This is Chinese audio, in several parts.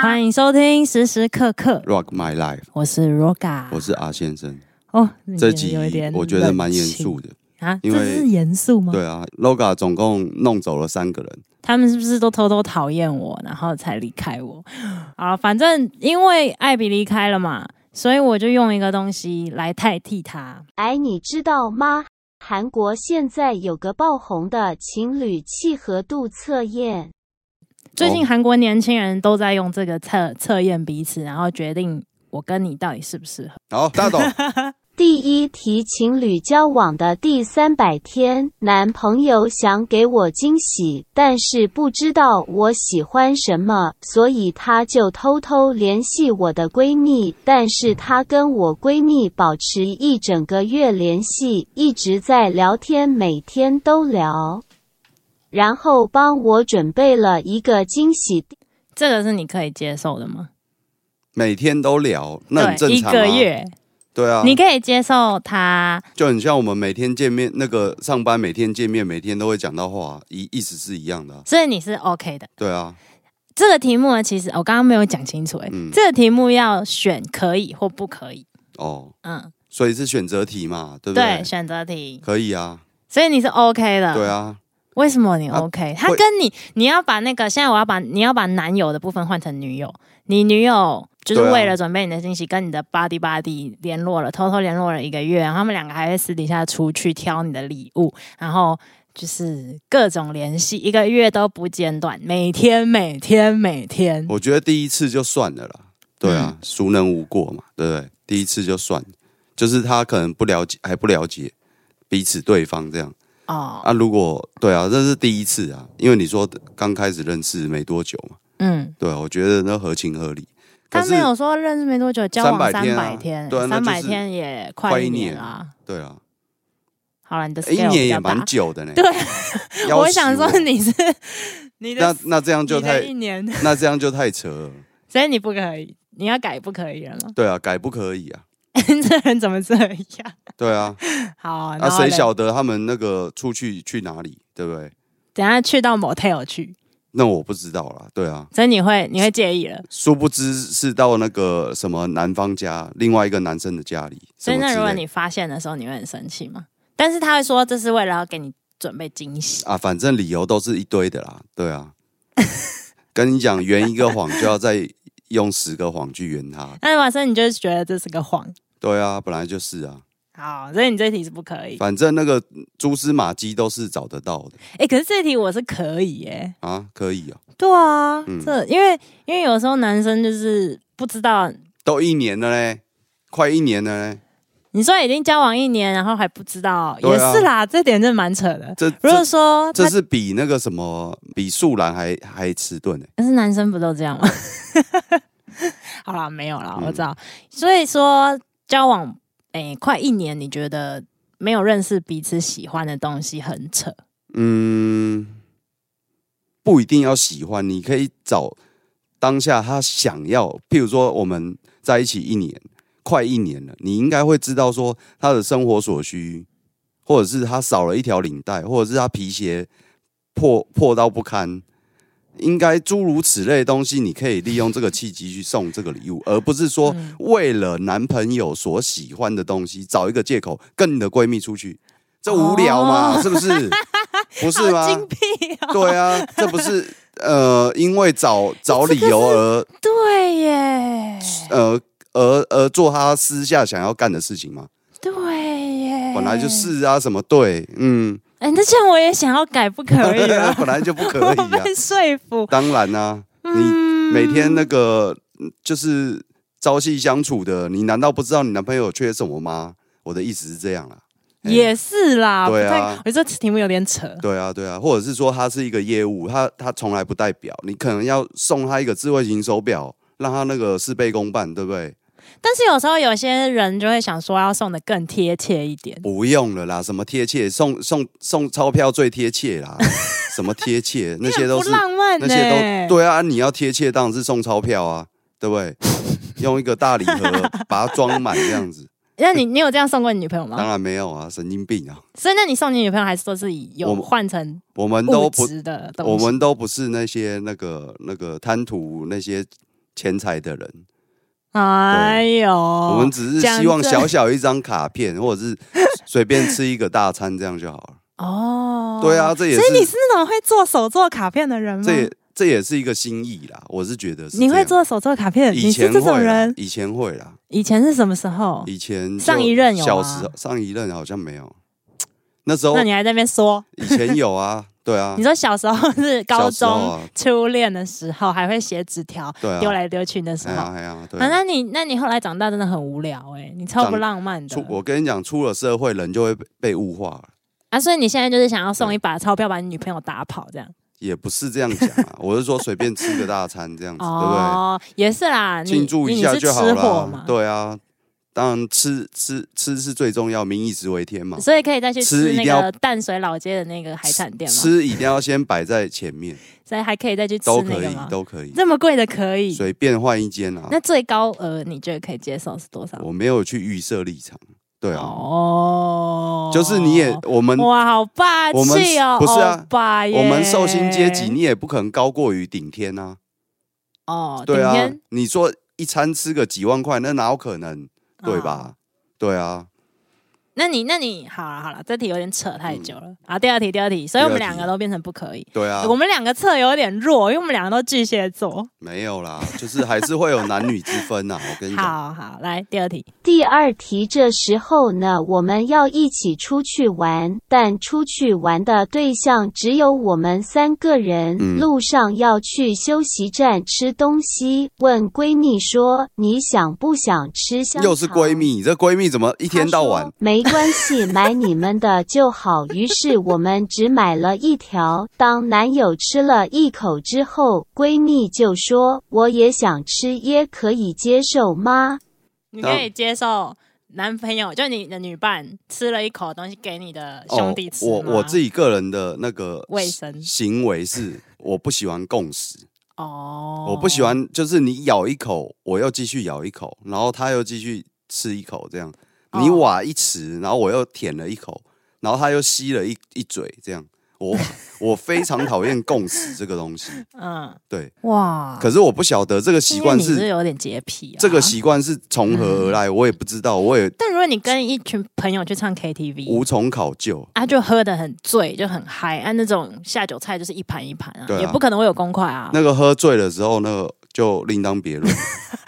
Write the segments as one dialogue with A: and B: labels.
A: 欢迎收听时时刻刻，
B: Rock My Life，
A: 我是 Roga，
B: 我是阿先生。
A: 哦，
B: 这
A: 集
B: 集
A: 啊有一点
B: 我觉得蛮严
A: 冷
B: 肃的，
A: 情啊，
B: 因
A: 这
B: 为
A: 是严肃吗？
B: 对啊，LOGA 总共弄走了三个人，
A: 他们是不是都偷偷讨厌我，然后才离开我？啊，反正因为艾比离开了嘛，所以我就用一个东西来代替他。
C: 哎，你知道吗？韩国现在有个爆红的情侣契合度测验，
A: 最近
B: 哦
A: 韩国年轻人都在用这个测测验彼此，然后决定我跟你到底适不适合。
B: 好，大董
C: 第一题，情侣交往的第三百天，男朋友想给我惊喜，但是不知道我喜欢什么，所以他就偷偷联系我的闺蜜，但是他跟我闺蜜保持一整个月联系，一直在聊天，每天都聊，然后帮我准备了一个惊喜。
A: 这个是你可以接受的吗？
B: 每天都聊，那很
A: 对，
B: 正
A: 一
B: 常、啊。
A: 个，月，
B: 对啊，
A: 你可以接受他
B: 就很像我们每天见面，那个上班每天见面，每天都会讲到话，一意思是一样的啊、
A: 所以你是 OK 的。
B: 对啊，
A: 这个题目呢，其实我刚刚没有讲清楚、欸，
B: 嗯
A: 这个题目要选可以或不可以，
B: 哦，
A: 嗯，
B: 所以是选择题嘛，对不
A: 对，嗯
B: 对？
A: 选择题，
B: 可以啊，
A: 所以你是 OK 的，
B: 对。啊，
A: 为什么你
B: 啊
A: OK？、他跟你，你要把那个现在我要把你要把男友的部分换成女友，你女友就是
B: 对啊
A: 为了准备你的惊喜，跟你的 buddy buddy 联络了，偷偷联络了一个月，然后他们两个还会私底下出去挑你的礼物，然后就是各种联系，一个月都不间断，每天每天每天。
B: 我觉得第一次就算了啦，对
A: 嗯
B: 啊，孰能无过嘛，对不对？第一次就算了，就是他可能不了解，还不了解彼此对方这样。
A: 哦，
B: 啊，如果对啊，这是第一次啊，因为你说刚开始认识没多久嘛，
A: 嗯，
B: 对啊，我觉得那合情合理。可
A: 他
B: 是
A: 没有说认识没多久，交往300
B: 300天啊
A: 天，
B: 对啊那
A: 三
B: 就
A: 百
B: 是
A: 天也
B: 快
A: 快
B: 一
A: 一年
B: 年
A: 啦。
B: 对啊，
A: 好了，你的
B: 诶一
A: scale
B: 年
A: 比
B: 也
A: 较大
B: 蛮久的呢。
A: 对
B: 要
A: 我
B: 死
A: 想说你 是你的
B: 那那这样就
A: 你的
B: 太
A: 一年，
B: 那这样就太扯了。
A: 所以你不可以，你要改不可以了吗？
B: 对啊，改不可以啊。
A: 这人怎么这样？
B: 对啊，
A: 好，
B: 那
A: 然后嘞
B: 谁晓得他们那个出去去哪里，对不对？
A: 等下去到 motel 去，
B: 那我不知道啦。对啊，
A: 所以你会你会介意了。
B: 殊不知是到那个什么男方家，另外一个男生的家里。
A: 所以
B: 什么
A: 那
B: 之
A: 如果
B: 类
A: 你发现的时候，你会很生气吗？但是他会说这是为了要给你准备惊喜。
B: 啊，反正理由都是一堆的啦，对啊。跟你讲，圆一个谎就要再用十个谎去圆它，
A: 那马上你就觉得这是个谎。
B: 对啊，本来就是啊，
A: 好，所以你这题是不可以。
B: 反正那个蛛丝马迹都是找得到的
A: 哎、可是这题我是可以耶、
B: 啊，可以啊，
A: 对啊，
B: 嗯
A: 这因为因为有时候男生就是不知道，
B: 都一年了嘞，快一年了嘞，
A: 你说已经交往一年，然后还不知道，
B: 对
A: 也
B: 啊
A: 是啦，这点真的蛮扯的。
B: 这
A: 如果
B: 这
A: 说他
B: 这是比那个什么比素兰还还迟钝呢、
A: 但是男生不都这样 吗？好啦，没有啦，
B: 嗯
A: 我知道。所以说交往诶、快一年，你觉得没有认识彼此喜欢的东西很扯？
B: 嗯，不一定要喜欢，你可以找当下他想要，譬如说我们在一起一年，快一年了，你应该会知道说他的生活所需，或者是他少了一条领带，或者是他皮鞋破破到不堪。应该诸如此类的东西，你可以利用这个契机去送这个礼物，而不是说为了男朋友所喜欢的东西找一个借口跟你的闺蜜出去，这无聊嘛？是不是？ 不是吗
A: 好？精辟哦、
B: 对啊，这不是呃，因为找找理由而
A: 对 耶，
B: 呃而而做他私下想要干的事情吗？
A: 对耶，
B: 本来就。是啊，什么对，嗯，
A: 哎、那这样我也想要改，不 可以啊
B: 本来就不可以
A: 我
B: 啊。
A: 被说服。
B: 当然啊，
A: 嗯
B: 你每天那个嗯就是朝夕相处的，你难道不知道你男朋友缺什么吗？我的意思是这样啦。哎
A: 也是啦，
B: 对啊
A: 不太我觉得这题目有点扯。
B: 对啊，对啊，或者是说他是一个业务，他他从来不戴表，你可能要送他一个智慧型手表，让他那个事倍功半，对不对？
A: 但是有时候有些人就会想说要送的更贴切一点，
B: 不用了啦，什么贴切，送送送钞票最贴切 啦，什么贴切，那些都
A: 不
B: 是
A: 浪漫、欸
B: 那
A: 呢。
B: 些都对啊，你要贴 切当然是送钞票啊，对不对？用一个大礼盒把它装满这样子，
A: 那你你有这样送过你女朋友
B: 当
A: 吗？
B: 然没有啊，神经病啊！
A: 所以那你送你女朋友还是说自己有
B: 我们
A: 换成
B: 我们都
A: 物
B: 不，
A: 质的东西？
B: 我们都不是那些那个那个贪图那些钱财的人，
A: 哎呦，
B: 我
A: 我
B: 们只是希望小小一张卡片，或者是随便吃一个大餐这样就好了。
A: 哦，
B: 对啊，，这也
A: 所以你是
B: 是
A: 那种会做手做卡片的人吗
B: 这？也这也是一个心意啦，我是觉得是
A: 嗯你
B: 这
A: 会
B: 样
A: 做手做卡片？
B: 以
A: 你是
B: 前
A: 这种
B: 会啦
A: 人，？
B: 以前会啦，
A: 以前是什么时候？
B: 以前就
A: 上一任有吗
B: 小时候上一任好像没有，那时候
A: 那你还在那边说？
B: 以前有啊， 对啊
A: 你，说小时候是高
B: 小时候
A: 中
B: 啊
A: 初恋的时候，还会写纸条
B: 对啊，
A: 丢来丢去的时
B: 哎呀
A: 候。
B: 哎呀，对
A: 啊，
B: 啊。
A: 那你那你后来长大真的很无聊哎、你超不
B: 长
A: 浪漫的
B: 出我跟你讲，出了社会人就会被被物化了，
A: 啊！所以你现在就是想要送
B: 对
A: 一把钞票把你女朋友打跑这样
B: 也不是这样讲 啊，我是说随便吃个大餐这样子，嗯对不对？
A: 哦，也是啦，你
B: 庆祝
A: 你
B: 一
A: 你
B: 下
A: 是
B: 就好
A: 吃货
B: 了
A: 嘛，。
B: 对啊，当然吃吃吃是最重要，民以食为天嘛。
A: 所以可以再去
B: 啊吃
A: 吃
B: 一
A: 那
B: 定要
A: 个淡水老街的那个海产店吗？
B: 吃一定要先摆在前面，
A: 所以还可以再去吃
B: 都
A: 那
B: 可
A: 个
B: 以
A: 吗，？
B: 都可以，
A: 这么贵的可以？
B: 随便换一间啊。
A: 那最高额你觉得可以接受是多少？
B: 我没有去预设立场，对啊，
A: 哦，
B: 就是你也我们
A: 哇，好霸
B: 我们
A: 气哦！
B: 不是啊
A: 欧巴耶
B: 我们寿星阶级，你也不可能高过于顶天啊，
A: 哦，
B: 对
A: 顶
B: 啊
A: 天，
B: 你说一餐吃个几万块，那哪有可能，对
A: 哦
B: 吧？对啊，
A: 那你那你好了好了，这题有点扯太久
B: 嗯
A: 了啊。第二题，第二题，所以我们两个都变成不可以。
B: 对啊，
A: 我们两个测有点弱，因为我们两个都巨蟹座。
B: 没有啦，就是还是会有男女之分呐。我跟你讲，
A: 好好，来第二题，
C: 第二题，这时候呢，我们要一起出去玩，但出去玩的对象只有我们三个人。
B: 嗯
C: 路上要去休息站吃东西，问闺蜜说：“你想不想吃香肠？”
B: 又是闺蜜，你这闺蜜怎么一
C: 她说。
B: 天到晚
C: 没关系，买你们的就好。于是我们只买了一条。当男友吃了一口之后，闺蜜就说：“我也想吃椰，可以接受吗？”
A: 你可以接受男朋友，就你的女伴吃了一口东西给你的兄弟吃
B: 哦我
A: 吗
B: 我自己个人的那个
A: 卫生
B: 行为是，我不喜欢共食，
A: 哦，
B: 我不喜欢就是你咬一口，我又继续咬一口，然后他又继续吃一口，这样
A: 哦
B: 你挖一匙，然后我又舔了一口，然后他又吸了一一嘴，这样我我非常讨厌共食这个东西。
A: 嗯
B: 对，
A: 哇，
B: 可是我不晓得这个习惯
A: 因为你
B: 是
A: 有嗯点洁癖、啊，
B: 这个。习惯是从何而来，我也不知道，我也
A: 但如果你跟一群朋友去唱 KTV，
B: 无从考究。
A: 啊，就喝的很醉，就很嗨啊，那种下酒菜就是一盘一盘啊，
B: 对啊
A: 也不可能会有公筷啊。
B: 那个喝醉的时候，那个就另当别 论。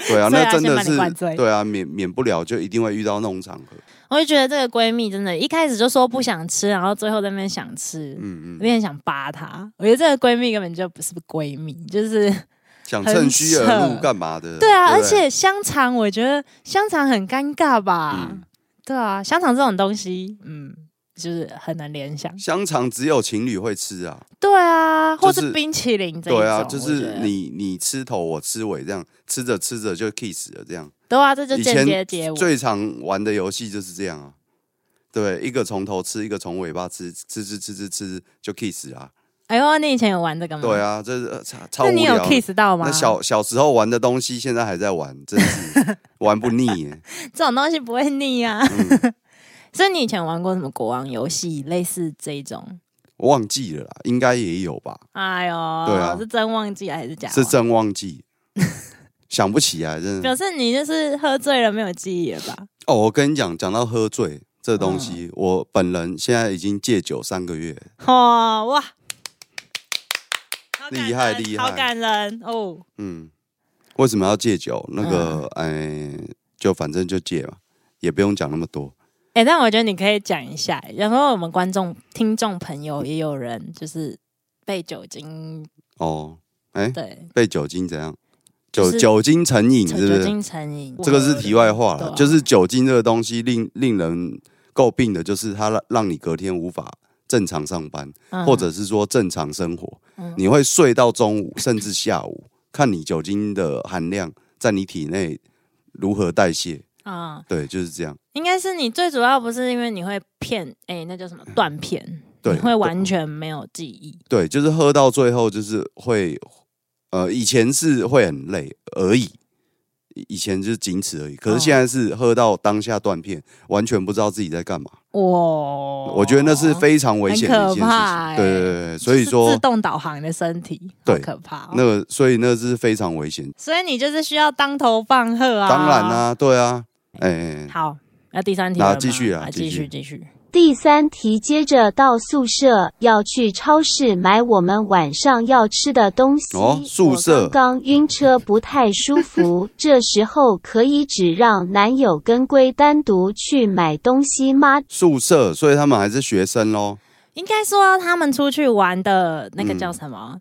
B: 对啊，
A: 所以
B: 那
A: 要
B: 真
A: 先把
B: 的
A: 你灌醉
B: 是对啊，免免不了就一定会遇到那种场合。
A: 我就觉得这个闺蜜真的，一开始就说不想吃，然后最后在那边想吃，
B: 嗯
A: 有
B: 嗯，
A: 点想扒她。我觉得这个闺蜜根本就不是闺蜜，就是
B: 想
A: 很
B: 趁虚而入
A: 扯
B: 干嘛的？
A: 对啊。
B: 不
A: 而且香肠，我觉得香肠很尴尬吧？
B: 嗯
A: 对啊，香肠这种东西，嗯，就是很难联想。
B: 香肠只有情侣会吃啊，
A: 对啊，或
B: 就是
A: 是冰淇淋这一种，
B: 对啊，就
A: 我觉
B: 是
A: 得
B: 你你吃头我吃尾这样，吃着吃着就 kiss 了这样。
A: 对啊，这就
B: 以
A: 间接
B: 前
A: 接吻。
B: 最常玩的游戏就是这样啊，对，一个从头吃，一个从尾巴吃，吃吃吃吃吃就 kiss 啊，
A: 哎呦，你以前有玩这个吗？
B: 对啊，这是呃超超
A: 嗯那
B: 无
A: 你有
B: 聊的。
A: kiss 到吗？
B: 那小小时候玩的东西，现在还在玩，真是 玩不腻耶。
A: 这种东西不会腻啊。
B: 嗯
A: 所以你以前玩过什么国王游戏，类似这一种？
B: 我忘记了啦，应该也有吧，
A: 哎呦，
B: 对啊
A: 是真忘记还是假忘？
B: 是真忘记，想不起来，真
A: 表
B: 的。
A: 示你就是喝醉了没有记忆了吧？
B: 哦，我跟你讲，讲到喝醉这
A: 嗯
B: 东西，我本人现在已经戒酒三个月，
A: 哇哦哇，好感人
B: 厉害厉害
A: 好感人哦！
B: 嗯，为什么要戒酒？那个，
A: 嗯
B: 哎、就反正就戒嘛，也不用讲那么多。
A: 哎、但我觉得你可以讲一下，然后我们观众、听众朋友也有人就是被酒精
B: 哦，哎、
A: 对
B: 被酒精怎样？
A: 就
B: 酒
A: 是
B: 酒精成瘾是不
A: 酒
B: 是？
A: 精成瘾，
B: 这个是题外话
A: 对
B: 了
A: 啊，
B: 就是酒精这个东西令令人诟病的，就是它让让你隔天无法正常上班，
A: 嗯
B: 或者是说正常生活
A: 嗯，
B: 你会睡到中午甚至下午，看你酒精的含量在你体内如何代谢。
A: 啊、
B: 对，就是这样。
A: 应该是你最主要不是因为你会骗，哎、那叫什么断片，
B: 对
A: 你会完全没有记忆。
B: 对，就是喝到最后就是会，呃，以前是会很累而已，以前就是仅此而已。可
A: 哦
B: 是现在是喝到当下断片，完全不知道自己在干嘛。
A: 哇，
B: 我
A: 我
B: 觉得那是非常危险的一
A: 哦很可
B: 件事
A: 怕欸
B: 情。对对对对，所以
A: 就是
B: 说
A: 自动导航的身体，好
B: 对
A: 可怕哦、
B: 那个，所以那是非常危险。
A: 所以你就是需要当头棒喝啊！
B: 当然啦、。对啊，哎、哎
A: 好，那第三题
B: 那
A: 了吗
B: 继续啊
A: 继
B: 继
A: 续
B: 续
A: 继续。
C: 第三题，接着到宿舍要去超市买我们晚上要吃的东西。
B: 哦宿舍
C: 我刚刚晕车不太舒服，这时候可以只让男友跟龟单独去买东西吗？
B: 宿舍，所以他们还是学生喽。
A: 应该说他们出去玩的那个叫什
B: 嗯
A: 么、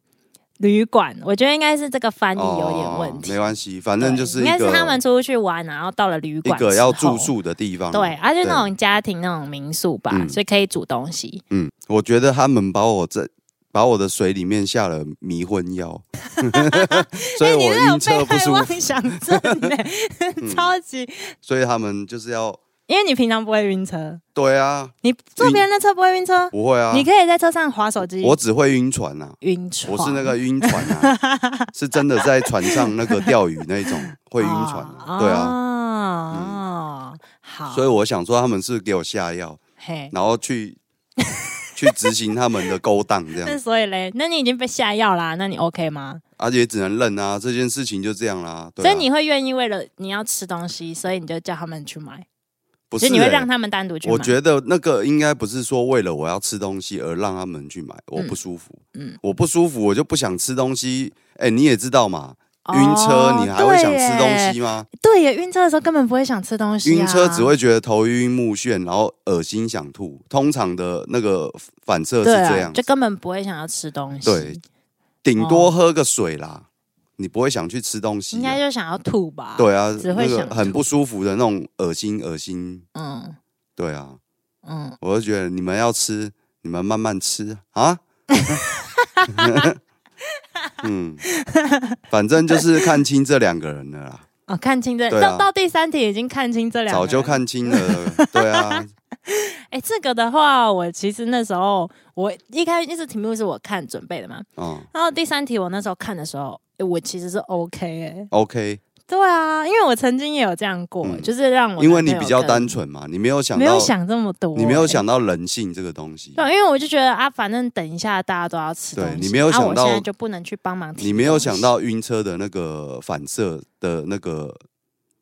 A: 旅馆，我觉得应该是这个翻译有点问题。
B: 哦没关系，反正就是
A: 对
B: 一
A: 应该
B: 个
A: 是他们出去玩，然后到了旅
B: 一
A: 馆
B: 个要住
A: 之后。
B: 宿的地方。
A: 对，而、啊、且那种家庭那种民宿吧，
B: 嗯
A: 所以可以煮东西。
B: 嗯，我觉得他们把我这把我的水里面下了迷魂 药，所以
A: 哎你
B: 我
A: 这有被
B: 晕车不
A: 害
B: 舒
A: 妄
B: 服，嗯
A: 想症呢、 超级，
B: 所以他们就是要
A: 因为你平常不会晕车，
B: 对啊，
A: 你坐别人的车不会晕车，
B: 不会啊，
A: 你可以在车上划手机。
B: 我只会晕船呐、
A: 晕船，
B: 我是那个晕船啊，是真的在船上那个钓鱼那种会晕船、
A: 哦
B: 啊，对啊，
A: 啊，哦好，
B: 所以我想说他们是给我下药，
A: 嘿，
B: 然 后去去执行他们的勾当这
A: 那
B: 样，
A: 所以嘞，那你已经被下药啦，那你 OK 吗？
B: 而且、也只能认啊，这件事情就这样啦，对
A: 所
B: 啊、
A: 以你会愿意为了你要吃东西，所以你就叫他们去买，
B: 不
A: 所
B: 是、
A: 以你会
B: 欸
A: 让他们单独去买。
B: 我觉得那个应该不是说为了我要吃东西而让他们去买，我不舒服，
A: 嗯
B: 我不舒服，我就不想吃东西。哎、你也知道嘛，晕车你还会想吃东西
A: 西？
B: 吗？
A: 哦对耶，晕车的时候根本不会想吃东西啊，
B: 晕车只会觉得头晕目眩，然后恶心想吐，通常的那个反射是
A: 对
B: 这
A: 啊，
B: 样
A: 就，根本不会想要吃东西，
B: 对，顶多喝个水啦，你不会想去吃东西
A: 应
B: 啊、
A: 该就想要吐吧？，
B: 对啊，
A: 只会
B: 那
A: 想
B: 个很
A: 吐
B: 不舒服的那种恶心恶心，
A: 嗯
B: 对啊，
A: 嗯，
B: 我就觉得你们要吃，你们慢慢吃啊。 嗯，反正就是看清这两个人了啦，
A: 哦，看清这
B: 对啊
A: 到到第三题已经看清这两个人，
B: 早就看清了。对 啊，
A: 哎、这个的话，我其实那时候我一开始题目是我看准备的嘛，
B: 嗯
A: 然后第三题我那时候看的时候，诶我其实是 OK 哎、
B: ，OK，
A: 对啊，因为我曾经也有这样过，
B: 嗯
A: 就是让我
B: 因为你
A: 男朋友
B: 比较
A: 跟
B: 单，纯嘛，你没有想
A: 没有
B: 到，
A: 想这么多、
B: 你没有
A: 诶。
B: 想到人性这个东西，
A: 对，因为我就觉得啊，反正等一下大家都要吃东
B: 对
A: 西，
B: 你没有
A: 啊
B: 想
A: 我现在
B: 到
A: 就不能去帮忙提东西。
B: 你没有想到晕车的那个反射的那个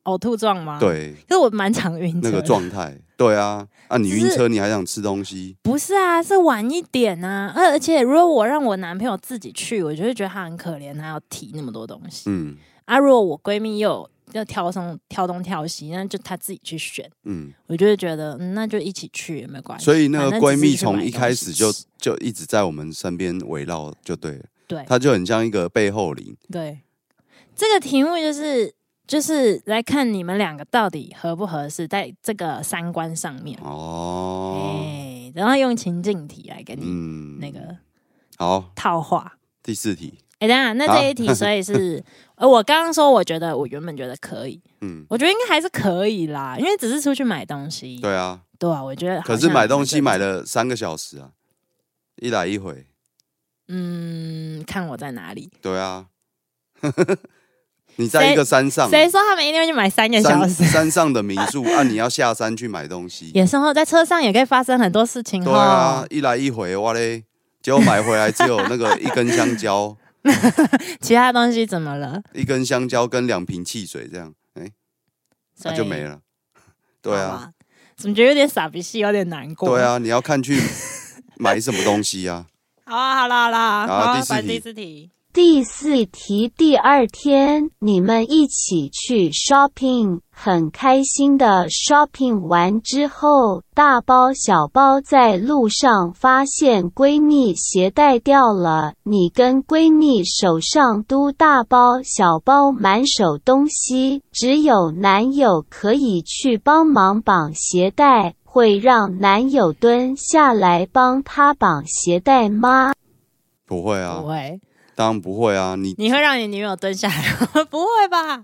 A: 呕吐状吗？，
B: 对
A: 可是我蛮常晕车
B: 那
A: 的。
B: 个状态，对啊，啊，你
A: 只是
B: 晕车你还想吃东西，
A: 不是啊，是晚一点啊，而而且如果我让我男朋友自己去，我就会觉得他很可怜，他要提那么多东西。
B: 嗯
A: 啊，如果我闺蜜又有要挑东挑东挑西，那就她自己去选，
B: 嗯，
A: 我就会觉得、嗯、那就一起去也没关系。
B: 所以那个
A: 反正
B: 闺
A: 只
B: 蜜
A: 是去买
B: 从一开始就
A: 东西吃
B: 就一直在我们身边围绕，就对了，
A: 对
B: 她就很像一个背后灵，
A: 对，这个题目就是就是来看你们两个到底合不合适，在这个三观上面，哎、
B: 哦，
A: 然后用情境题来跟你
B: 嗯
A: 哎那个
B: 好，
A: 套话。
B: 第四题，
A: 哎、等一下，那
B: 好
A: 这一题所以 是，呃，我刚刚说我觉得我原本觉得可以，
B: 嗯，
A: 我觉得应该还是可以啦，因为只是出去买东西。
B: 对啊，
A: 对啊，我觉得好
B: 可是
A: 像
B: 买东西
A: 还
B: 买
A: 是
B: 了三个小时啊，一来一回，
A: 嗯，看我在哪里。
B: 对啊， 你在一个山上，
A: 谁说他们一定会去买三个小
B: 山
A: 时？
B: 山上的民宿啊，你要下山去买东西，
A: 也是后在车上也可以发生很多事情哦
B: 对
A: 哈
B: 啊，，一来一回哇嘞，结果买回来只有那个一根香蕉，
A: 其他东西怎么了？
B: 一根香蕉跟两瓶汽水这样，哎，
A: 所
B: 那
A: 以
B: 就没，了。对
A: 好
B: 啊，
A: 吧，怎么觉得有点傻逼戏，有点难过？
B: 对，啊，你要看去买什么东西啊？
A: 好啊，好啦，好啦，
B: 好
A: 好啊，
B: 第四
A: 反正
B: 题
A: 第四题，
C: 第四题，第二天你们一起去 shopping，很开心的 shopping 完之后，大包小包在路上发现闺蜜鞋带掉了，你跟闺蜜手上都大包小包满手东西，只有男友可以去帮忙绑鞋带，会让男友蹲下来帮她绑鞋带吗？
B: 不会啊
A: 不，会，
B: 当然不会啊，你
A: 你会让你女友蹲下来？ 不会吧？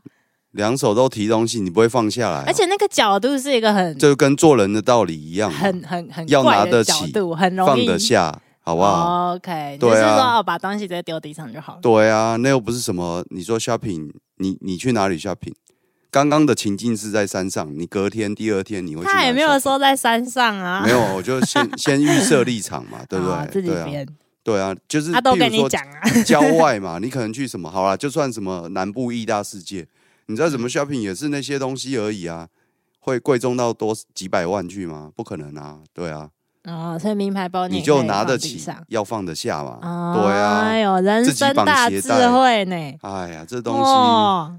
B: 两手都提东西，你不会放下来啊，
A: 而且那个角度是一个很
B: 这就跟做人的道理一样嘛，
A: 很很很
B: 啊要
A: 怪
B: 拿
A: 的
B: 得
A: 角
B: 起
A: 度，很容
B: 放
A: 易
B: 得下，好不好？
A: 哦 OK，就
B: 对啊
A: 是说哦把东西直接丢地上就好了。
B: 对啊，那又不是什么，你说 shopping，你你去哪里 shopping？刚刚的情境是在山上，你隔天、第二天你会去
A: 他也
B: 哪
A: 没有
B: 里上
A: 说在山上啊，
B: 没有，我就先先预设立场嘛，对不
A: 啊自
B: 对？
A: 己
B: 对啊，
A: 编，
B: 对啊，就是
A: 他都跟
B: 譬如
A: 你
B: 说
A: 讲啊，
B: 郊外嘛，你可能去什么好啦，就算什么南部意大世界，你知道
A: 嗯
B: 怎么 shopping 也是那些东西而已啊，会贵重到多几百万去吗？不可能啊，对啊，
A: 哦，所以名牌包
B: 你
A: 也
B: 就
A: 可以
B: 拿
A: 放
B: 得
A: 地
B: 起
A: 上，
B: 要放得下嘛，
A: 啊，
B: 对
A: 哎
B: 啊，
A: 呦，人
B: 自己
A: 生
B: 绑
A: 大
B: 鞋
A: 智
B: 带
A: 慧呢，
B: 哎呀，这东西
A: 哇，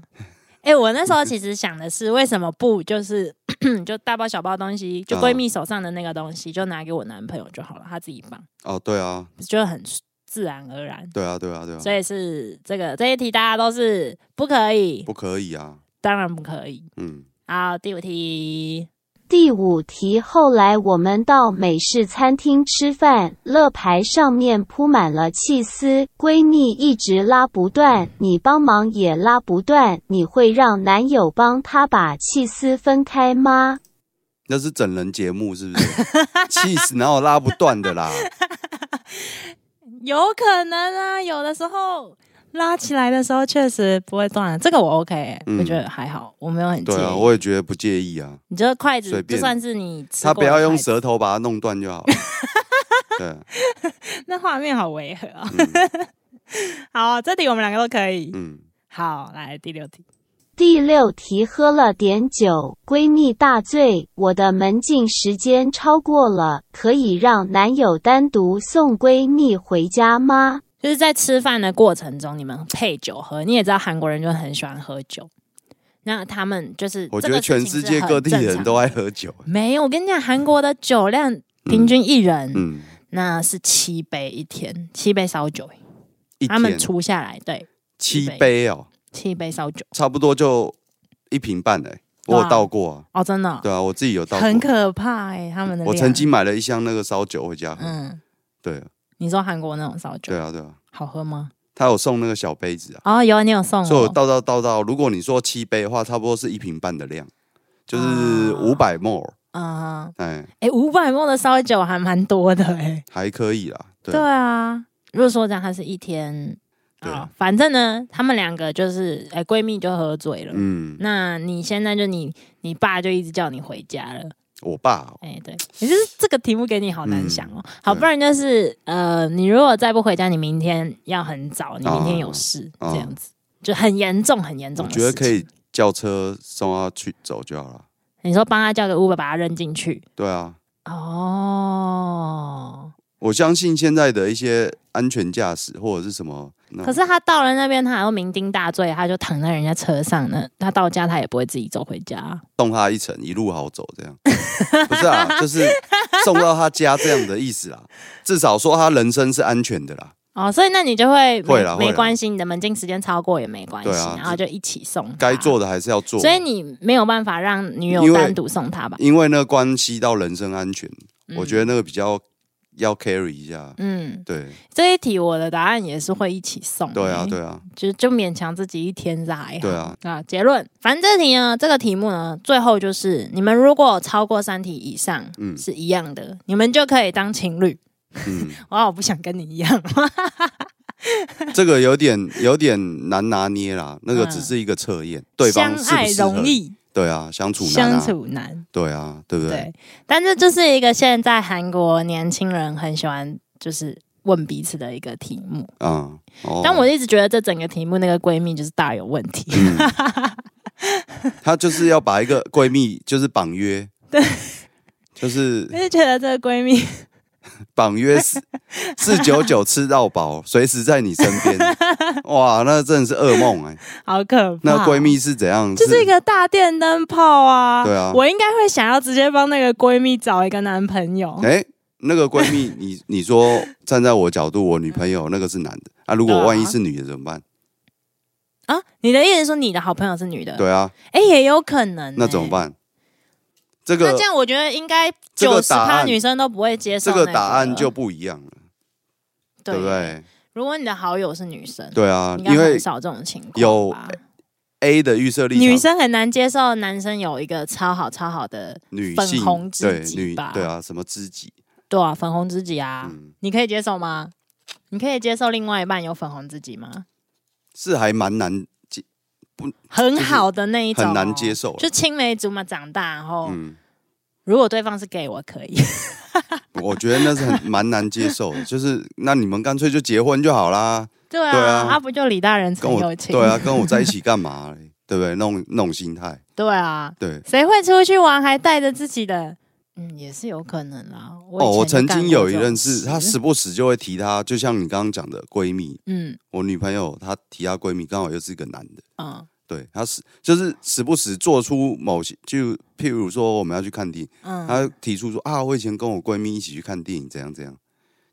A: 哎、我那时 候其实想的是，为什么不就是 就大包小包东西，
B: 嗯
A: 就闺蜜手上的那个东西，就拿给我男朋友就好了，他自己放，
B: 哦，对啊，
A: 就很自然而然。
B: 对啊，对啊，对啊，
A: 所以是这个这一题大家都是不可以，
B: 不可以啊，
A: 当然不可以。
B: 嗯，
A: 好，第五题，
C: 第五题，后来我们到美式餐厅吃饭，乐牌上面铺满了气丝，闺蜜一直拉不断，你帮忙也拉不断，你会让男友帮她把气丝分开吗？
B: 那是整人节目是不 是？气死，哪有拉不断 的啦？
A: 有可能啊，有的时候拉起来的时候确实不会断，这个我 OK，、
B: 嗯
A: 我觉得还好，我没有很介
B: 对
A: 意。
B: 啊，我也觉得不介意啊，
A: 你这个筷
B: 随
A: 子就
B: 便
A: 算是你吃
B: 他
A: 过
B: 不要
A: 的
B: 用
A: 筷子
B: 舌头把它弄断就好了。 对啊，
A: 那画面好违和啊、
B: 嗯
A: 好，这题我们两个都可以。
B: 嗯。
A: 好，来第六题。
C: 第六题，喝了点酒，闺蜜大醉，我的门禁时间超过了，可以让男友单独送闺蜜回家吗？
A: 就是在吃饭的过程中，你们配酒喝，你也知道韩国人就很喜欢喝酒。那他们就是，
B: 我
A: 这
B: 觉
A: 个
B: 得全
A: 事情
B: 世
A: 是
B: 界
A: 很
B: 各地
A: 正
B: 人
A: 常嗯
B: 都爱喝酒。
A: 没有。我跟你讲，韩国的酒量平均一人、
B: 嗯，
A: 那是七杯一天，七杯烧酒，
B: 一
A: 他们
B: 天
A: 除下来对，
B: 七杯哦，
A: 七杯烧酒
B: 差不多就一瓶半哎、
A: 对啊
B: 我有倒过啊，
A: 哦，真的哦、
B: 对啊，我自己有倒
A: 很
B: 过。
A: 可怕哎、他们的
B: 我
A: 量
B: 曾经买了一箱那个烧酒回家喝。
A: 嗯，
B: 对啊
A: 你说韩国那种烧酒
B: 对啊，对啊，
A: 好喝吗？
B: 他有送那个小杯子啊，
A: 哦，有啊你有送、哦，
B: 所以我倒倒倒倒。如果你说七杯的话，差不多是一瓶半的量，就是
A: 啊
B: 五百 more，
A: 嗯，
B: 哎，
A: 哎，五百沫的烧酒还蛮多的哎、
B: 还可以啦。对
A: 对啊，如果说这样，它是一天啊、
B: 对
A: 反正呢，他们两个就是哎闺蜜就喝醉了。
B: 嗯，
A: 那你现在就你你爸就一直叫你回家了，
B: 我爸哦
A: 哎、对，也就是这个题目给你好难想哦。好，
B: 对
A: 不然就是呃，你如果再不回家，你明天要很早，你明天有事、
B: 啊
A: 这样子，就很严重很严重
B: 我
A: 的
B: 觉得
A: 事情。
B: 可以叫车送他去走就好了。
A: 你说帮他叫个 Uber 把他扔进去
B: 对啊，
A: 哦，
B: 我相信现在的一些安全驾驶或者是什么，那
A: 可是他到了那边，他还要酩酊大醉，他就躺在人家车上呢。他到家，他也不会自己走回家。
B: 送他一程，一路好走这样， 不是啊，就是送到他家这样的意思啦。至少说他人生是安全的啦，
A: 哦，所以那你就会没
B: 会啦会
A: 没
B: 啦
A: 关系，你的门禁时间超过也没关系，
B: 对啊
A: 然后就一起送他。
B: 该做的还是要做。
A: 所以你没有办法让女友
B: 因为
A: 单独送他吧？
B: 因为那关系到人身安全，
A: 嗯
B: 我觉得那个比较要 carry 一下。
A: 嗯，
B: 对，
A: 这一题我的答案也是会一起送、
B: 对啊，
A: 欸
B: 对啊，
A: 就就勉强自己一天在还好
B: 对啊，
A: 啊，结论，反正这题呢，这个题目呢，最后就是你们如果超过三题以上，
B: 嗯
A: 是一样的，你们就可以当情侣。
B: 嗯，
A: 哇，我不想跟你一样，哦
B: 这个有点有点难拿捏啦。那个
A: 嗯
B: 只是一个测验， 对方
A: 相
B: 适不
A: 爱
B: 适合
A: 嗯容？易，
B: 对啊，相处难
A: 相
B: 啊，
A: 处难。
B: 对啊，对不对？
A: 对，但这就是一个现在韩国年轻人很喜欢，就是问彼此的一个题目。
B: 嗯，哦
A: 但我一直觉得这整个题目那个闺蜜就是大有问题。
B: 嗯她就是要把一个闺蜜就是绑约，对，就是
A: 我就觉得这个闺蜜，
B: 绑约四四九九吃到 饱，随时在你身边，哇，那真的是噩梦哎、
A: 好可怕。哦
B: 那闺蜜是怎样？
A: 就是一个大电灯泡啊！
B: 对啊
A: 我应该会想要直接帮那个闺蜜找一个男朋友。
B: 哎、那个闺蜜， 你你说站在我角度，我女朋友那个是男的啊，如果
A: 对啊
B: 万一是女的怎么办？
A: 啊，你的意思是说你的好朋友是女的？，
B: 对啊，
A: 哎、也有可能、欸
B: 那怎么？办？这
A: 那
B: 个
A: 这样我觉得应该
B: 这
A: 九
B: 个
A: 十
B: 答
A: 趴
B: 案
A: 女生都不会接受、
B: 这
A: 那
B: 个答案
A: 了
B: 就不一样了，对
A: 对
B: 不？对？
A: 如果你的好友是女生，
B: 对啊，
A: 应该
B: 因为
A: 很少这种情况吧。
B: 有 A 的预设立场
A: 女生很难接受男生有一个超好超好的
B: 女
A: 粉
B: 性
A: 红知
B: 对
A: 己
B: 女
A: 吧
B: 对啊，什么知己？
A: 对啊粉红知己啊，
B: 嗯
A: 你可以接受吗？你可以接受另外一半有粉红知己吗？
B: 是还蛮难接不
A: 很好的那一种哦、
B: 很难接受了
A: 就哦青梅竹马长大，然后
B: 嗯，
A: 如果对方是 gay，我可以。
B: 我觉得那是很蛮难接受的。就是那你们干脆就结婚就好啦，
A: 对啊，
B: 对啊
A: 不就李大人陈
B: 跟我
A: 友庆？
B: 对啊，跟我在一起干嘛嘞？ 对不对？那种那种心态，
A: 对啊，
B: 对。
A: 谁会出去玩还带着自己的？嗯，也是有可能啦。
B: 哦，我
A: 我以前就
B: 曾
A: 干
B: 经
A: 过
B: 有一
A: 这种
B: 任是，她时
A: 事，
B: 不时就会提她，就像你刚刚讲的闺蜜，
A: 嗯
B: 我女朋友她提她闺蜜，刚好又是一个男的，
A: 嗯
B: 对，她时就是时不时做出某些，就譬如说我们要去看电影，
A: 嗯。
B: 她提出说啊，我以前跟我闺蜜一起去看电影，怎样怎样，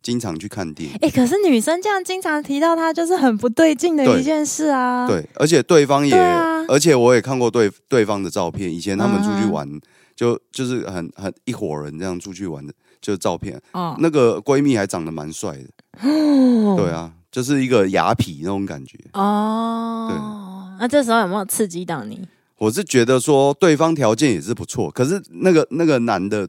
B: 经常去看电影，
A: 哎、可是女生这样经常提到他，就是很不对劲的
B: 对
A: 一件事啊。，
B: 对，而且对方也，
A: 对啊
B: 而且我也看过对对方的照片，以前他们出
A: 嗯
B: 去
A: 哼
B: 玩，就就是很很一伙人这样出去玩的，就是照片，
A: 哦，
B: 那个闺蜜还长得蛮帅的，对
A: 对
B: 啊，就是一个雅痞那种感觉。
A: 哦，那这时候有没有刺激到你？
B: 我是觉得说对方条件也是不错，可是那个那个男的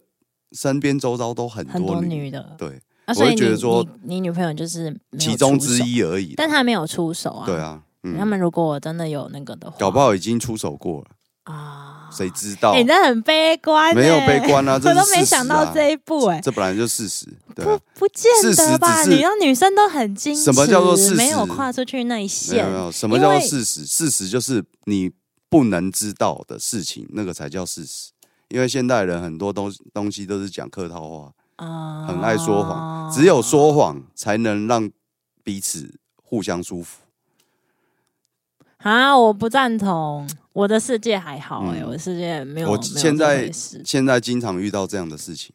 B: 身边周遭都很
A: 很多
B: 多
A: 女的，
B: 对，
A: 啊，所以
B: 我会觉得
A: 你
B: 说
A: 你你女朋友就是没有
B: 其中
A: 出
B: 之
A: 手，啊
B: 一而已。
A: 但她没有出手啊。
B: 对，啊，
A: 他
B: 嗯，
A: 们如果真的有那个的话，
B: 搞不好已经出手过了，
A: 啊，
B: 谁知道
A: 哎、？你这很悲观、欸，
B: 没有悲，观啊，
A: 我
B: 这
A: 都
B: 是
A: 没
B: 事实
A: 想到
B: 啊
A: 这一步、哎。
B: 这本来就事实，对
A: 不
B: 啊，
A: 不见
B: 事实
A: 得吧？
B: 只是
A: 你让女生都很矜持，
B: 什么叫做事实
A: 没有跨出去那一线
B: 没有没有，什么叫
A: 因
B: 做
A: 为
B: 事实？事实就是你不能知道的事情，那个才叫事实。因为现代人很多东西东西都是讲客套话，
A: 啊
B: 很爱说谎，
A: 哦
B: 只有说谎才能让彼此互相舒服。
A: 啊，我不赞同。我的世界还好哎、
B: 嗯
A: 我的世界没有。
B: 我
A: 没有
B: 现
A: 这
B: 在
A: 回事
B: 现在经常遇到这样的事情，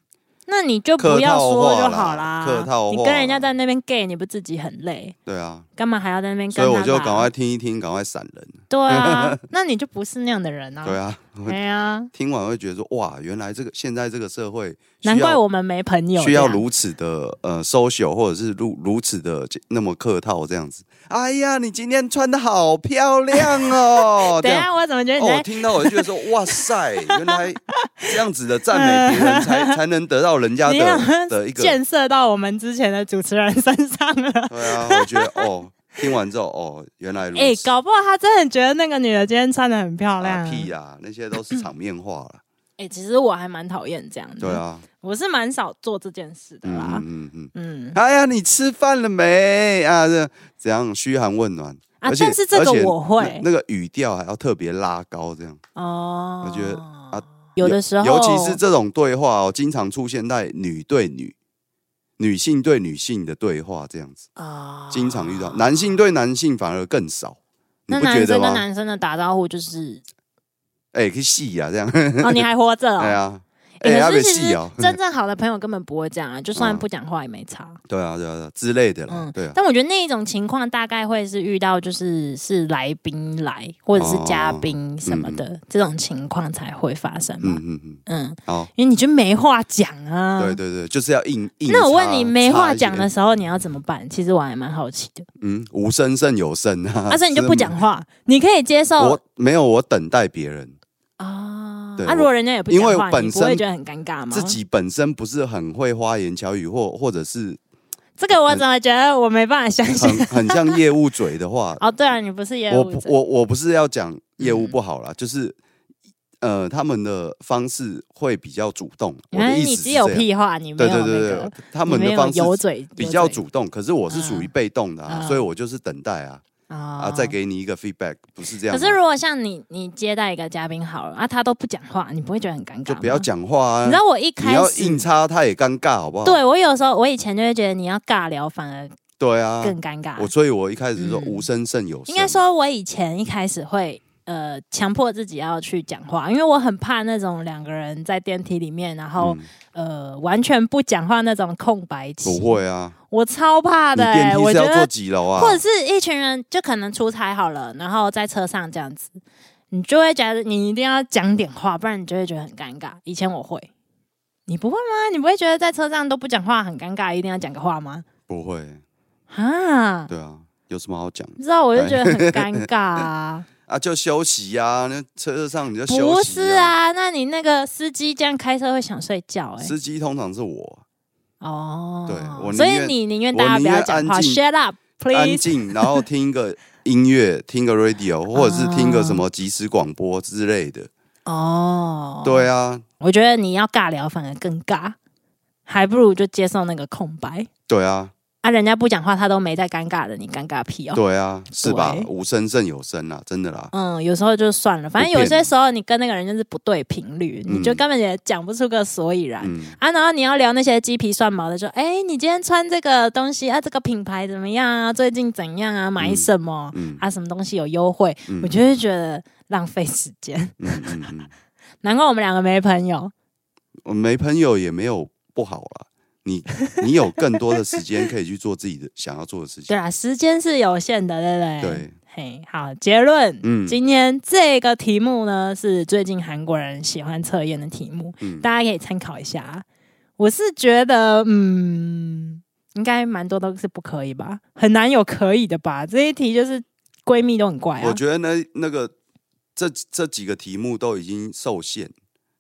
A: 那你就不要说就好啦。
B: 客套话啦客套
A: 你
B: 话
A: 跟人家在那边 gay，你不自己很累，
B: 对啊，
A: 干嘛还要在那边
B: 所
A: 跟
B: 以
A: 他吧？
B: 我就赶快听一听，赶快闪人。
A: 对 啊，那你就不是那样的人啊。
B: 对啊，
A: 哎呀，
B: 听完会觉得说，哇，原来这个现在这个社会需要，
A: 难怪我们没朋友。
B: 需要如此的呃 social，或者是如如此的那么客套这样子。哎呀，你今天穿的好漂亮 哦！
A: 等
B: 这
A: 一
B: 样
A: 下，我怎么觉得你
B: 哦，我
A: 在？
B: 听到我就觉得说，哇塞，原来这样子的赞美别人才 才能得到人家
A: 你好
B: 的
A: 像
B: 的一个，
A: 建设到我们之前的主持人身上了。
B: 对啊，我觉得哦，听完之后哦，原来 如
A: 哎、
B: 此，
A: 搞不好他真的觉得那个女的今天穿的很漂亮。
B: 啊屁呀、那些都是场面话了，
A: 哎、其实我还蛮讨厌这样的。
B: 对，啊，
A: 我是蛮少做这件事的
B: 嗯
A: 啦。
B: 嗯嗯嗯，
A: 嗯
B: 哎呀，你吃饭了没啊？这怎样嘘寒问暖？
A: 啊
B: 而且
A: 但是这个
B: 而且
A: 我会
B: 那那个语调还要特别拉高，这样
A: 哦，
B: 我觉得啊
A: 有的时候，
B: 尤其是这种对话哦，经常出现在女对女、女性对女性的对话这样子，
A: 啊，
B: 经常遇到。男性对男性反而更少，你
A: 那
B: 不觉
A: 男
B: 得
A: 生跟
B: 吗？
A: 男生的打招呼 就是
B: 哎，可以戏啊，这样，
A: 哦，你还活着哦。
B: 哎呀，
A: 欸
B: 哎，要
A: 可
B: 不
A: 是其
B: 戏
A: 实
B: 哦，
A: 真正好的朋友根本不会这样啊，就算
B: 嗯
A: 不讲话也没差。
B: 对啊，对啊，对啊之类的啦
A: 嗯，，
B: 对啊，
A: 但我觉得那一种情况大概会是遇到就是是来宾来或者
B: 哦
A: 是嘉宾什么的、这种情况才会发生
B: 嗯
A: 嘛。
B: 嗯嗯，
A: 嗯，
B: 好，
A: 因为你就没话讲啊。
B: 对对对，就是要硬硬插。
A: 那我问你，没
B: 插
A: 话
B: 一
A: 讲
B: 些
A: 的时候你要怎么办？其实我还蛮好奇的。
B: 嗯，无声胜有声啊，
A: 啊，所以你就
B: 这
A: 不讲话，你可以接受
B: 我没有，我等待别人，
A: 啊。
B: 对
A: 啊，
B: 我
A: 如果人家也不讲
B: 因为
A: 话
B: 我，本
A: 你不会
B: 身
A: 觉得很尴尬吗？
B: 自己本身不是很会花言巧语，或或 者是
A: 这个我怎么觉得我没办法相信？，
B: 很很像业务嘴的话
A: 哦，对啊，你不是也
B: 我
A: 有
B: 不我我不是要讲业务不好啦，
A: 嗯
B: 就是呃他们的方式会比较主动，我
A: 原来
B: 的意
A: 哎你
B: 思是
A: 只
B: 这
A: 有
B: 样。
A: 屁话，你没
B: 对
A: 有
B: 对
A: 那
B: 对对，
A: 个，
B: 他们
A: 你没
B: 的
A: 有
B: 方式
A: 油嘴
B: 比较
A: 油嘴
B: 主动，可是我是属于被动的啊，
A: 嗯
B: 所以我就是等待啊
A: 啊
B: 啊，再给你一个 feedback，不是这样啊
A: 可
B: 吗。
A: 是如果像你，你接待一个嘉宾好了啊，他都不讲话，你不会觉得很尴尬？
B: 就不要。讲话啊，
A: 你知道我一开
B: 你要
A: 始
B: 硬插他也尴尬，好不好？
A: 对我有时候，我以前就会觉得你要尬聊反而
B: 对啊，
A: 更尴尬。
B: 我所以，我一开始就说
A: 嗯
B: 无声胜有声，
A: 应该说，我以前一开始会呃强迫自己要去讲话，因为我很怕那种两个人在电梯里面，然后、
B: 嗯
A: 呃完全不讲话那种空白期。
B: 不，会啊，
A: 我超怕
B: 你
A: 的、
B: 电
A: 欸。
B: 梯
A: 我
B: 是
A: 觉
B: 要坐
A: 得
B: 几楼啊？
A: 或者是一群人就可能出差好了，然后在车上这样子，你就会觉得你一定要讲点话，不然你就会觉得很尴尬。以前我会，你不会吗？你不会觉得在车上都不讲话很尴尬，一定要讲个话吗？
B: 不会，
A: 啊，
B: 对啊，有什么好讲的
A: 你知道我就觉得很尴尬 啊！
B: 啊？就休息呀，那车上你就休息。
A: 不是，啊，那你那个司机这样开车会想睡觉哎、
B: 司机通常是我，
A: 哦，
B: 对我宁愿
A: 所以你宁愿大家不要讲
B: 我
A: 话
B: 宁
A: ，shut up，
B: 安
A: please，
B: 静，然后听个音乐，听个 radio，或者是
A: 啊
B: 听个什么即时广播之类的。
A: 哦，
B: 对啊，
A: 我觉得你要尬聊反而更尬，还不如就接受那个空白
B: 对啊，
A: 啊！人家不讲话，他都没在尴尬的，你尴尬屁哦。
B: 对啊，是吧
A: 对？
B: 无声胜有声啦，真的啦。
A: 嗯，有时候就算了，反正
B: 不
A: 有些
B: 变
A: 时候你跟那个人就是不对频率，
B: 嗯
A: 你就根本也讲不出个所以然。
B: 嗯，
A: 啊，然后你要聊那些鸡皮蒜毛的，说，哎，你今天穿这个东西啊，这个品牌怎么样啊？最近怎样啊？买
B: 嗯
A: 什么、
B: 嗯
A: 啊？什么东西有优惠？
B: 嗯
A: 我就会觉得浪费时间，
B: 嗯嗯嗯，
A: 难怪我们两个没朋友。
B: 我呃没朋友也没有不好啦。你你有更多的时间可以去做自己的想要做的事情
A: 对。啊，时间是有限的，对不对？
B: 对。
A: 嘿，好，结论。
B: 嗯
A: 今天这个题目呢，是最近韩国人喜欢测验的题目，
B: 嗯
A: 大家可以参考一下啊。我是觉得，嗯，应该蛮多都是不可以吧，很难有可以的吧。这一题就是闺蜜都很怪啊
B: 我，觉得那那个这这几个题目都已经受限，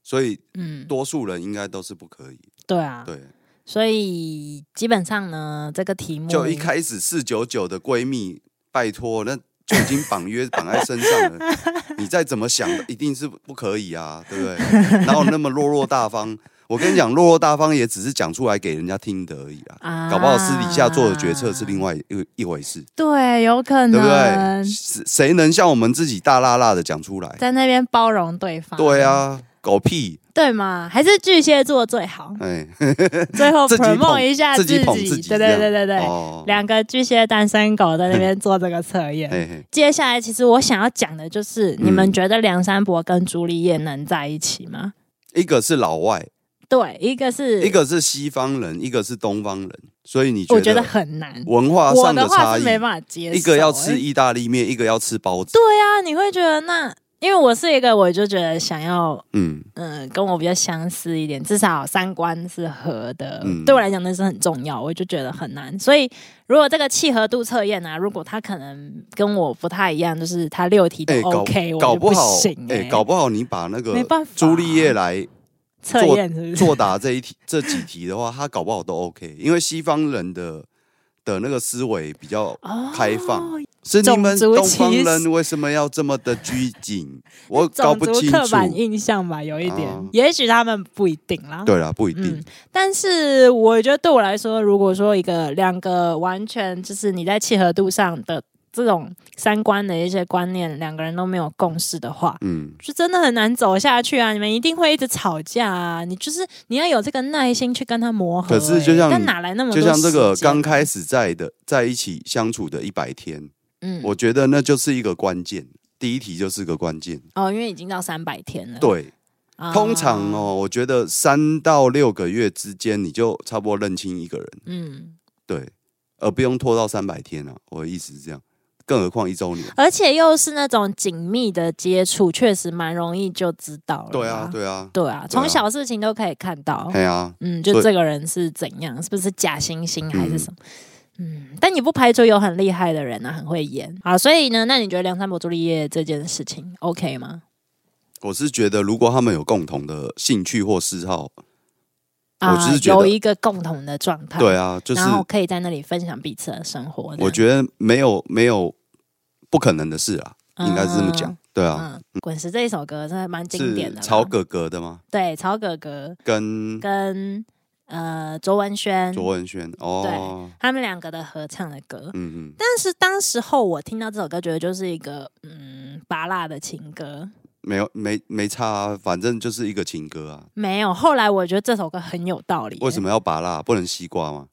B: 所以
A: 嗯，
B: 多数人应该都是不可以。
A: 对啊，
B: 对，
A: 所以基本上呢，这个题目
B: 就一开始四九九的闺蜜，拜托，那就已经绑约 绑在身上了，你再怎么想，一定是不可以啊，对不对？ 哪有那么落落大方？我跟你讲，落落大方也只是讲出来给人家听的而已啊。
A: 啊
B: 搞不好私底下做的决策是另外一一回事，
A: 对，有啊可
B: 对
A: 能
B: 不
A: 啊
B: 对？谁谁能像我们自己大辣辣的讲出来？
A: 在那边包容对方，
B: 对，啊，狗屁！
A: 对嘛，还是巨蟹座最好。
B: 哎，
A: 最后
B: 自己
A: promote
B: 捧
A: 一下
B: 自己捧
A: 己
B: 自己
A: 对
B: 这
A: 对
B: 样，
A: 对对对，
B: 哦
A: 两个巨蟹单身狗在那边做这个测 验。
B: 嘿嘿，
A: 接下来，其实我想要讲的就是，
B: 嗯
A: 你们觉得梁山伯跟朱丽叶能在一起吗？
B: 一个是老外，
A: 对，一个是
B: 一，个是西方人，一个是东方人，所以你
A: 我觉
B: 觉
A: 得
B: 得
A: 很难。
B: 文化
A: 我
B: 上
A: 的话
B: 差
A: 是
B: 异？
A: 没办法接受，
B: 一个要吃
A: 欸
B: 意大利面，一个要吃包子。
A: 对啊，你会觉得那，因为我是一个，我就觉得想要
B: 嗯
A: 嗯，跟我比较相似一点，至少三观是合的。
B: 嗯
A: 对我来讲，那是很重要，我就觉得很难。所以，如果这个契合度测验啊，如果他可能跟我不太一样，就是他六题都
B: 哎，搞
A: OK，、我
B: 搞
A: 就不
B: 好
A: 行，哎、
B: 哎，搞不好你把那
A: 没
B: 个
A: 办法啊
B: 朱丽叶来
A: 测
B: 做
A: 验 是不是？
B: 作答这一题这几题的话，他搞不好都 OK，因为西方人的的那个思维比较
A: 哦
B: 开放，是你们
A: 种族
B: 东
A: 歧视
B: 方人为什么要这么的拘 谨？我搞
A: 种
B: 不
A: 族
B: 清
A: 刻板
B: 楚。
A: 印象吧，有一点，
B: 啊
A: 也许他们不一定啦。
B: 对啦，不一定
A: 嗯。，但是我觉得对我来说，如果说一个两个完全就是你在契合度上的这种三观的一些观念，两个人都没有共识的话，
B: 嗯
A: 就真的很难走下去啊！你们一定会一直吵架啊！你就是你要有这个耐心去跟他磨合欸、
B: 可是就像
A: 但哪来那么多
B: 就像这个
A: 时间
B: 刚开始在的在一起相处的一百天，
A: 嗯
B: 我觉得那就是一个关键。第一题就是个关键，
A: 哦，因为已经到三百天了。
B: 对。
A: 啊
B: 通常，哦，我觉得三到六个月之间，你就差不多认清一个人，
A: 嗯，
B: 对，而不用拖到三百天啊。我的意思是这样，更何况一周年。
A: 而且又是那种紧密的接触，确实蛮容易就知道了。
B: 对啊，，对啊，
A: 对啊，从小事情都可以看到。
B: 哎呀，
A: 嗯，就
B: 所以
A: 这个人是怎样，是不是假惺惺还是什么？嗯但你不排除有很厉害的人啊，很会演啊。所以呢，那你觉得梁山伯朱丽叶这件事情 OK 吗？
B: 我是觉得如果他们有共同的兴趣或嗜好，
A: 啊，
B: 我只是觉得
A: 有一个共同的状态，
B: 对啊，就是
A: 然后可以在那里分享彼此的生活。
B: 我觉得没有没有不可能的事啊，
A: 嗯
B: 应该是这么讲，对
A: 得
B: 啊，
A: 嗯，滚石这一首歌真的蛮经典
B: 是
A: 的啦，
B: 曹哥哥的吗？
A: 对曹格格
B: 跟
A: 跟呃卓文萱
B: 卓文萱哦，
A: 他们两个的合唱的歌。
B: 嗯嗯，
A: 但是当时候我听到这首歌，觉得就是一个嗯拔辣的情歌，
B: 没有没没差、啊，反正就是一个情歌啊。
A: 没有。后来我觉得这首歌很有道理耶，
B: 为什么要拔辣？不能西瓜吗？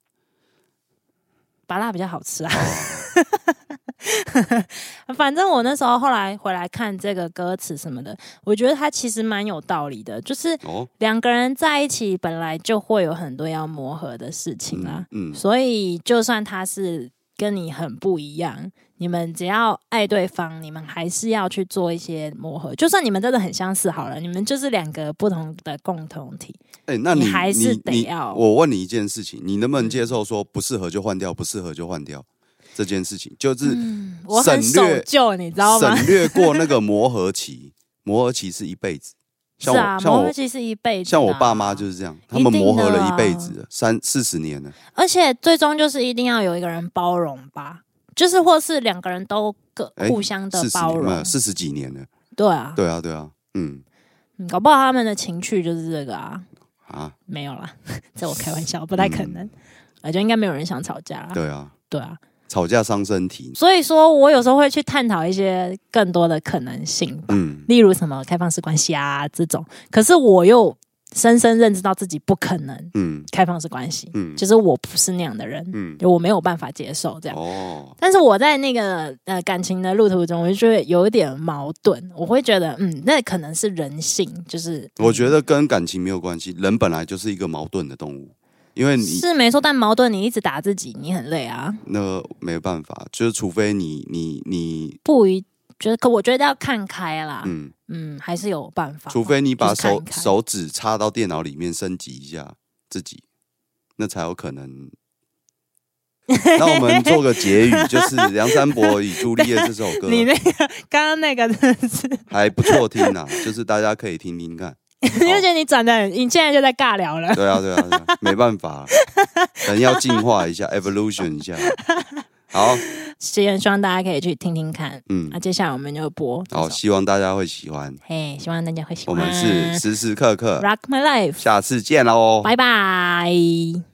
A: 拔辣比较好吃啊。
B: 哦
A: 反正我那时候后来回来看这个歌词什么的，我觉得它其实蛮有道理的，就是
B: 哦，
A: 两个人在一起本来就会有很多要磨合的事情啊啦，
B: 嗯，
A: 所以就算他是跟你很不一样，你们只要爱对方，你们还是要去做一些磨合。就算你们真的很相似好了，你们就是两个不同的共同体，
B: 哎、那你
A: 你还是
B: 你
A: 得
B: 你
A: 要
B: 我问你一件事情，你能不能
A: 嗯
B: 接受说不适合就换掉，不适合就换掉这件事情？就是
A: 我很守
B: 省略
A: 旧，你知道吗？
B: 省略过那个磨合期，磨合期是一辈子。
A: 是
B: 像我、
A: 啊，
B: 像
A: 磨合
B: 我
A: 期是一辈子、啊
B: 像我爸妈就，是这样，他们
A: 一定
B: 磨合
A: 的
B: 了一辈
A: 啊
B: 子了，三四十年了。
A: 而且最终就是一定要有一个人包容吧。就是或是两个人都各
B: 哎
A: 互相的
B: 四十
A: 包
B: 年
A: 容
B: 嘛，，四十几年了，
A: 对啊，
B: 对啊，对啊，嗯
A: 嗯搞不好他们的情趣就是这个啊，
B: 啊，
A: 没有啦， 这我开玩笑，不太可能，我觉得应该没有人想吵架啦，
B: 嗯对啊，
A: 对啊，
B: 吵架伤身体，
A: 所以说我有时候会去探讨一些更多的可能性吧，
B: 嗯，
A: 例如什么开放式关系啊这种，可是我又深深认知到自己不可能
B: 嗯
A: 开放式关系，
B: 嗯
A: 就是我不是那样的人，
B: 嗯，
A: 就我没有办法接受这样。
B: 哦，
A: 但是我在那个呃感情的路途中，我就觉得有一点矛盾，我会觉得嗯，那可能是人性，就是
B: 我觉得跟感情没有关系，人本来就是一个矛盾的动物，因为你
A: 是没错，但矛盾你一直打自己，你很累啊，
B: 那没办法，就是除非你你你，
A: 不一。觉得，可我觉得要看开啦，嗯
B: 嗯，
A: 还是有办法。
B: 除非你把
A: 就是看
B: 手
A: 开
B: 手指插到电脑里面升级一下自己，那才有可 能。那我们做个结语，就是梁山伯与朱丽叶这首 歌
A: 你那个刚刚那个真的是，
B: 还不错听啊，就是大家可以听听看。哦
A: 你就觉得你转的很，你现在就在尬聊了。
B: 对啊，对啊，对啊，没 办法，人要进化一下，evolution 一下。好，
A: 实验希望大家可以去听听看。
B: 嗯
A: 那、，接下来我们就播。
B: 好，，希望大家会喜欢。
A: 嘿，希望大家会喜
B: 我呃
A: 欢。
B: 们是时时刻刻，
A: Rock My Life，
B: 下次见喽，
A: 拜拜。